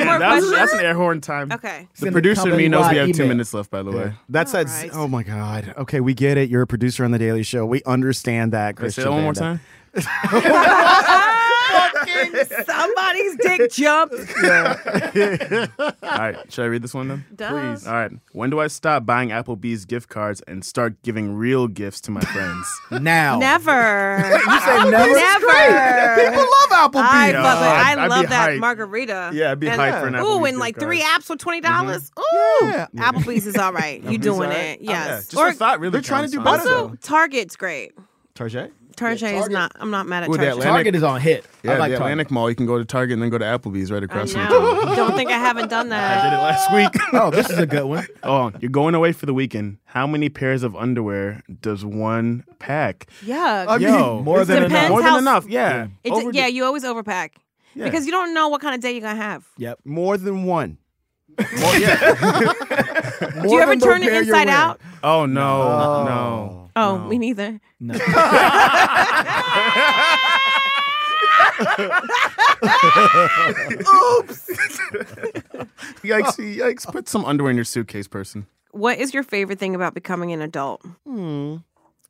[SPEAKER 1] more
[SPEAKER 4] That's,
[SPEAKER 1] question.
[SPEAKER 4] that's an air horn time.
[SPEAKER 1] okay.
[SPEAKER 4] The producer and me knows we have two minutes left, by the way.
[SPEAKER 2] That's
[SPEAKER 1] All
[SPEAKER 2] that.
[SPEAKER 1] right.
[SPEAKER 2] Oh my God. Okay, we get it. You're a producer on the Daily Show. We understand that.
[SPEAKER 4] Say
[SPEAKER 2] Christian
[SPEAKER 4] that one more
[SPEAKER 2] Vanda.
[SPEAKER 4] time.
[SPEAKER 1] Somebody's dick jumped.
[SPEAKER 4] All right, should I read this one then?
[SPEAKER 1] Duh. Please.
[SPEAKER 4] All right. When do I stop buying Applebee's gift cards and start giving real gifts to my friends?
[SPEAKER 5] Now
[SPEAKER 1] Never.
[SPEAKER 5] you say never.
[SPEAKER 1] Never. People
[SPEAKER 2] Love Applebee's.
[SPEAKER 1] I,
[SPEAKER 4] No,
[SPEAKER 1] fuck with- I
[SPEAKER 4] I'd- I'd
[SPEAKER 1] love
[SPEAKER 4] be
[SPEAKER 1] that
[SPEAKER 4] hyped.
[SPEAKER 1] margarita.
[SPEAKER 4] Yeah, I'd be
[SPEAKER 1] and,
[SPEAKER 4] hyped for an
[SPEAKER 1] Ooh,
[SPEAKER 4] Applebee's Mm-hmm.
[SPEAKER 1] and like
[SPEAKER 4] gift
[SPEAKER 1] three
[SPEAKER 4] card.
[SPEAKER 1] apps for twenty dollars. Ooh,
[SPEAKER 2] Yeah.
[SPEAKER 1] Applebee's is all right. You doing it? Yes.
[SPEAKER 4] Just or, thought, really.
[SPEAKER 2] They're trying to
[SPEAKER 4] counts,
[SPEAKER 2] do
[SPEAKER 4] honestly.
[SPEAKER 2] better,
[SPEAKER 1] also, Target's great.
[SPEAKER 2] Tarjay.
[SPEAKER 1] Target, is not. I'm not mad at
[SPEAKER 4] Ooh, the
[SPEAKER 1] Target.
[SPEAKER 4] Atlantic-
[SPEAKER 5] Target is on hit.
[SPEAKER 4] Yeah,
[SPEAKER 5] I like
[SPEAKER 4] the
[SPEAKER 5] Target.
[SPEAKER 4] Atlantic Mall. You can go to Target and then go to Applebee's right
[SPEAKER 1] I
[SPEAKER 4] across from each other.
[SPEAKER 1] know. Don't think I haven't done
[SPEAKER 4] I did it
[SPEAKER 1] that.
[SPEAKER 4] last week.
[SPEAKER 5] Oh, this is a good one.
[SPEAKER 4] oh, you're going away for the weekend. How many pairs of underwear does one pack?
[SPEAKER 1] Yeah.
[SPEAKER 4] Yo,
[SPEAKER 5] more than
[SPEAKER 1] depends
[SPEAKER 5] enough.
[SPEAKER 4] more than
[SPEAKER 1] how-
[SPEAKER 4] enough. Yeah.
[SPEAKER 1] It's,
[SPEAKER 4] Over-
[SPEAKER 1] yeah. You always overpack because you don't know what kind of day you're gonna have.
[SPEAKER 5] Yep.
[SPEAKER 2] More than one.
[SPEAKER 1] Do you ever
[SPEAKER 5] than the
[SPEAKER 1] turn it
[SPEAKER 5] pair you're
[SPEAKER 1] inside
[SPEAKER 5] wearing.
[SPEAKER 1] out?
[SPEAKER 4] Oh no, no.
[SPEAKER 1] Oh, me neither.
[SPEAKER 5] No.
[SPEAKER 4] Yikes! Yikes! Put some underwear in your suitcase, person.
[SPEAKER 1] what is your favorite thing about becoming an adult?
[SPEAKER 8] Hmm.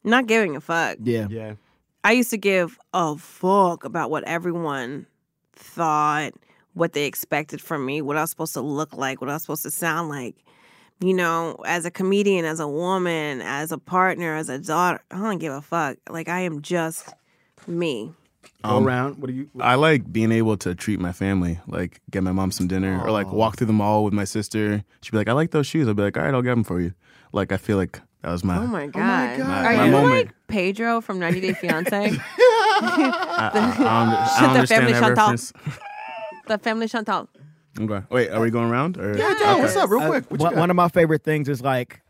[SPEAKER 1] Not giving a fuck.
[SPEAKER 5] Yeah.
[SPEAKER 2] Yeah.
[SPEAKER 1] I used to give a fuck about what everyone thought, what they expected from me, what I was supposed to look like, what I was supposed to sound like. You know, as a comedian, as a woman, as a partner, as a daughter, I don't give a fuck. Like, I am just me.
[SPEAKER 2] Go around. What do you?
[SPEAKER 4] I like being able to treat my family, like get my mom some dinner, or like walk through the mall with my sister. She'd be like, "I like those shoes." I'd be like, "All right, I'll get them for you." Like I feel like that was my.
[SPEAKER 1] Oh my God.
[SPEAKER 4] God.
[SPEAKER 1] Are
[SPEAKER 4] My
[SPEAKER 1] you
[SPEAKER 4] moment.
[SPEAKER 1] like Pedro from 90 Day Fiancé?
[SPEAKER 4] I, I, I don't, I don't
[SPEAKER 1] the
[SPEAKER 4] understand
[SPEAKER 1] family
[SPEAKER 4] that
[SPEAKER 1] shut up.
[SPEAKER 4] reference.
[SPEAKER 1] the Family Chantal.
[SPEAKER 4] Okay, wait, are we going around? Or?
[SPEAKER 8] Yeah, yeah. What's up, real
[SPEAKER 5] Uh,
[SPEAKER 8] quick? What you
[SPEAKER 5] one,
[SPEAKER 8] got?
[SPEAKER 5] one of my favorite things is like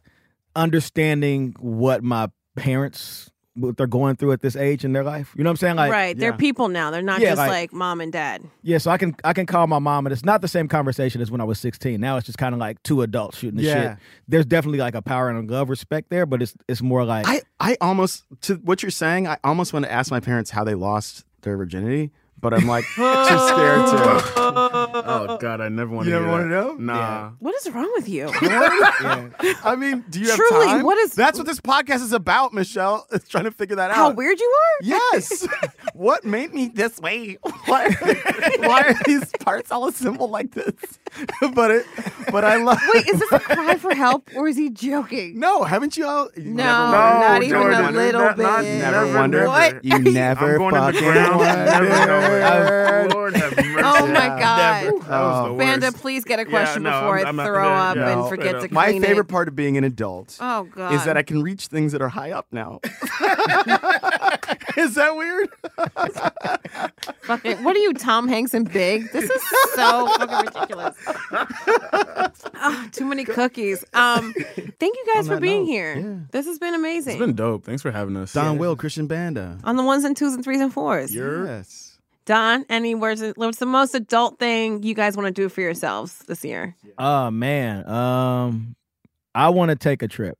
[SPEAKER 5] understanding what my parents what they're going through at this age in their life. You know what I'm saying? Like,
[SPEAKER 1] right. They're
[SPEAKER 2] yeah.
[SPEAKER 1] people now. They're not
[SPEAKER 5] Yeah,
[SPEAKER 1] just
[SPEAKER 5] like-
[SPEAKER 1] like mom and dad.
[SPEAKER 5] yeah. So I can I can call my mom, and it's not the same conversation as when I was 16. Now it's just kind of like two adults shooting the
[SPEAKER 2] Yeah.
[SPEAKER 5] shit. There's definitely like a power and a love respect there, but it's it's more like
[SPEAKER 2] I, I almost to what you're saying. I almost want to ask my parents how they lost their virginity, but I'm like too scared to.
[SPEAKER 1] Uh,
[SPEAKER 4] Oh God, I never want to.
[SPEAKER 2] You never
[SPEAKER 4] want
[SPEAKER 2] wanna know?
[SPEAKER 4] Nah.
[SPEAKER 1] What is wrong with you?
[SPEAKER 2] I mean, do you have
[SPEAKER 1] Truly,
[SPEAKER 2] time?
[SPEAKER 1] what is-
[SPEAKER 2] That's what this podcast is about, Michelle. It's trying to figure that
[SPEAKER 1] How
[SPEAKER 2] out.
[SPEAKER 1] weird you are?
[SPEAKER 2] Yes. what made me this way? Why, why are these parts all assembled like this? but it, but I love.
[SPEAKER 1] Wait, is this a cry for help or is he joking?
[SPEAKER 2] no, haven't you all? you
[SPEAKER 1] No,
[SPEAKER 2] never
[SPEAKER 1] not
[SPEAKER 2] wondered?
[SPEAKER 1] even a little
[SPEAKER 4] not-
[SPEAKER 1] bit.
[SPEAKER 4] not-
[SPEAKER 2] Never wondered.
[SPEAKER 1] What?
[SPEAKER 2] You never
[SPEAKER 4] I'm going to
[SPEAKER 2] fucking
[SPEAKER 4] the ground.
[SPEAKER 2] wondered.
[SPEAKER 4] Never know it. Lord have mercy.
[SPEAKER 1] Oh my God.
[SPEAKER 4] Never. That was the worst.
[SPEAKER 1] Vanda, please get a
[SPEAKER 4] Yeah,
[SPEAKER 1] question
[SPEAKER 4] no,
[SPEAKER 1] before
[SPEAKER 4] I'm-
[SPEAKER 1] I
[SPEAKER 4] I'm not-
[SPEAKER 1] throw
[SPEAKER 4] yeah,
[SPEAKER 1] up
[SPEAKER 4] yeah,
[SPEAKER 1] and
[SPEAKER 4] I'll
[SPEAKER 1] forget
[SPEAKER 4] straight
[SPEAKER 1] to
[SPEAKER 4] up.
[SPEAKER 1] clean
[SPEAKER 2] My favorite
[SPEAKER 1] it.
[SPEAKER 2] part of being an adult
[SPEAKER 1] Oh God!
[SPEAKER 2] is that I can reach things that are high up now. is that weird?
[SPEAKER 1] fucking? What are you, Tom Hanks and Big? This is so fucking ridiculous. Ah, too many cookies. Um, thank you guys for being here. This has been amazing.
[SPEAKER 4] It's been dope. Thanks for having us.
[SPEAKER 2] Don Will, Christian Banda.
[SPEAKER 1] on the ones and twos and threes and 4s
[SPEAKER 2] Yes.
[SPEAKER 1] Don, any words? What's the most adult thing you guys want to do for yourselves this year?
[SPEAKER 5] Oh man, um, I want to take a trip.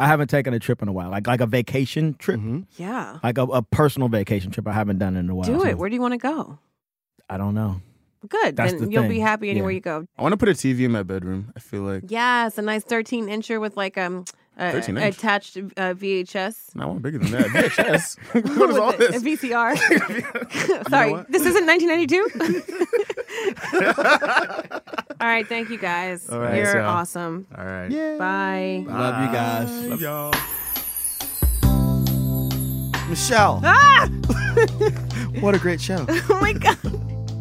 [SPEAKER 5] I haven't taken a trip in a while, like like a vacation trip,
[SPEAKER 1] Yeah,
[SPEAKER 5] like a, a personal vacation trip. I haven't done in a while.
[SPEAKER 1] do
[SPEAKER 5] so
[SPEAKER 1] it. Where do you want to go?
[SPEAKER 5] I don't know.
[SPEAKER 1] Good.
[SPEAKER 5] That's
[SPEAKER 1] then
[SPEAKER 5] the
[SPEAKER 1] you'll be
[SPEAKER 5] thing.
[SPEAKER 1] happy anywhere
[SPEAKER 5] Yeah.
[SPEAKER 1] you go.
[SPEAKER 4] I want to put a TV in my bedroom. I feel like
[SPEAKER 1] Yes, a nice 13 incher with like um a,
[SPEAKER 4] 13 inch?
[SPEAKER 1] attached uh, VHS.
[SPEAKER 4] I want bigger than that. VHS. what is
[SPEAKER 1] With
[SPEAKER 4] all
[SPEAKER 1] a-
[SPEAKER 4] this?
[SPEAKER 1] A VCR. Sorry, this isn't 1992. All right, thank you guys.
[SPEAKER 4] right,
[SPEAKER 1] You're
[SPEAKER 4] so-
[SPEAKER 1] awesome.
[SPEAKER 4] all right.
[SPEAKER 1] Bye.
[SPEAKER 5] Love you guys.
[SPEAKER 4] Love y'all.
[SPEAKER 2] Michelle.
[SPEAKER 1] Ah!
[SPEAKER 2] What a great show.
[SPEAKER 1] Oh my god.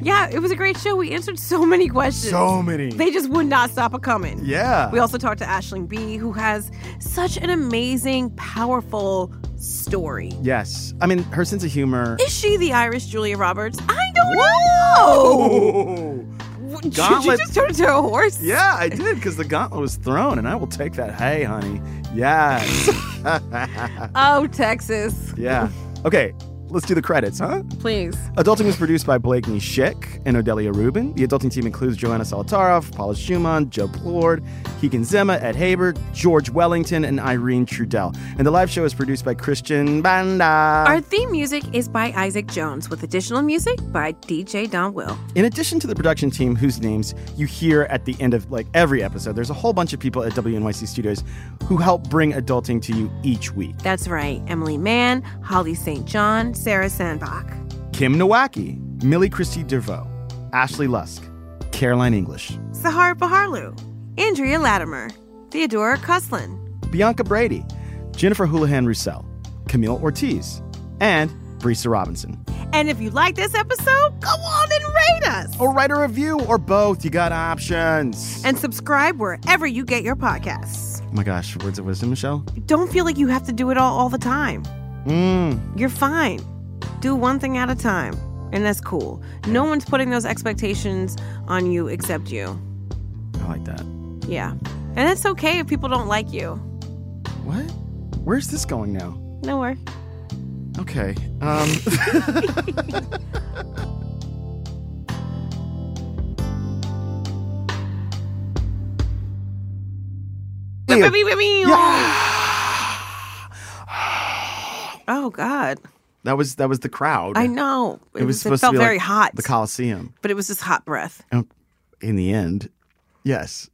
[SPEAKER 1] Yeah, it was a great show. We answered so many questions.
[SPEAKER 2] so many.
[SPEAKER 1] They just would not stop a coming.
[SPEAKER 2] yeah.
[SPEAKER 1] We also talked to Ashling B, who has such an amazing, powerful story.
[SPEAKER 2] yes. I mean, her sense of humor.
[SPEAKER 1] Is she the Irish Julia Roberts? I don't know. What, Did you
[SPEAKER 2] Gauntlet-
[SPEAKER 1] just turn into a horse?
[SPEAKER 2] Yeah, I did because the gauntlet was thrown, and I will take that. Hey, honey. Yes.
[SPEAKER 1] Oh, Texas.
[SPEAKER 2] yeah. Okay. Let's do the credits, huh?
[SPEAKER 1] Please.
[SPEAKER 2] Adulting was produced by Blake Nishik and Odelia Rubin. The adulting team includes Joanna Salatarov, Paula Schumann, Joe Plord, Keegan Zema, Ed Haber, George Wellington, and Irene Trudell. And the live show is produced by Christian Banda.
[SPEAKER 1] Our theme music is by Isaac Jones, with additional music by DJ Don Will.
[SPEAKER 2] In addition to the production team, whose names you hear at the end of like every episode, there's a whole bunch of people at WNYC Studios who help bring adulting to you each week.
[SPEAKER 1] That's right, Emily Mann, Holly St. John, Sarah Sandbach.
[SPEAKER 2] Kim Nowacki, Millie Christie DeVoe, Ashley Lusk, Caroline English,
[SPEAKER 1] Sahar Baharlu, Andrea Latimer, Theodora Cuslin.
[SPEAKER 2] Bianca Brady, Jennifer Houlihan Roussel, Camille Ortiz, and Brisa Robinson.
[SPEAKER 1] And if you like this episode, go on and rate us
[SPEAKER 2] Or write a review or both. You got options.
[SPEAKER 1] and subscribe wherever you get your podcasts.
[SPEAKER 2] oh my gosh, words of wisdom, Michelle?
[SPEAKER 1] Don't feel like you have to do it all all the time.
[SPEAKER 2] Mm.
[SPEAKER 1] You're fine. Do one thing at a time, and that's cool. No one's putting those expectations on you except you.
[SPEAKER 2] I like that.
[SPEAKER 1] Yeah. And it's okay if people don't like you.
[SPEAKER 2] What? Where's this going now?
[SPEAKER 1] No worry.
[SPEAKER 2] Okay. Um.
[SPEAKER 1] Oh God.
[SPEAKER 2] That was that was the crowd.
[SPEAKER 1] I know. It,
[SPEAKER 2] It
[SPEAKER 1] was,
[SPEAKER 2] was
[SPEAKER 1] it
[SPEAKER 2] supposed
[SPEAKER 1] felt
[SPEAKER 2] to be
[SPEAKER 1] very
[SPEAKER 2] like
[SPEAKER 1] hot.
[SPEAKER 2] the Coliseum.
[SPEAKER 1] but it was just hot breath.
[SPEAKER 2] Oh, In the end, yes.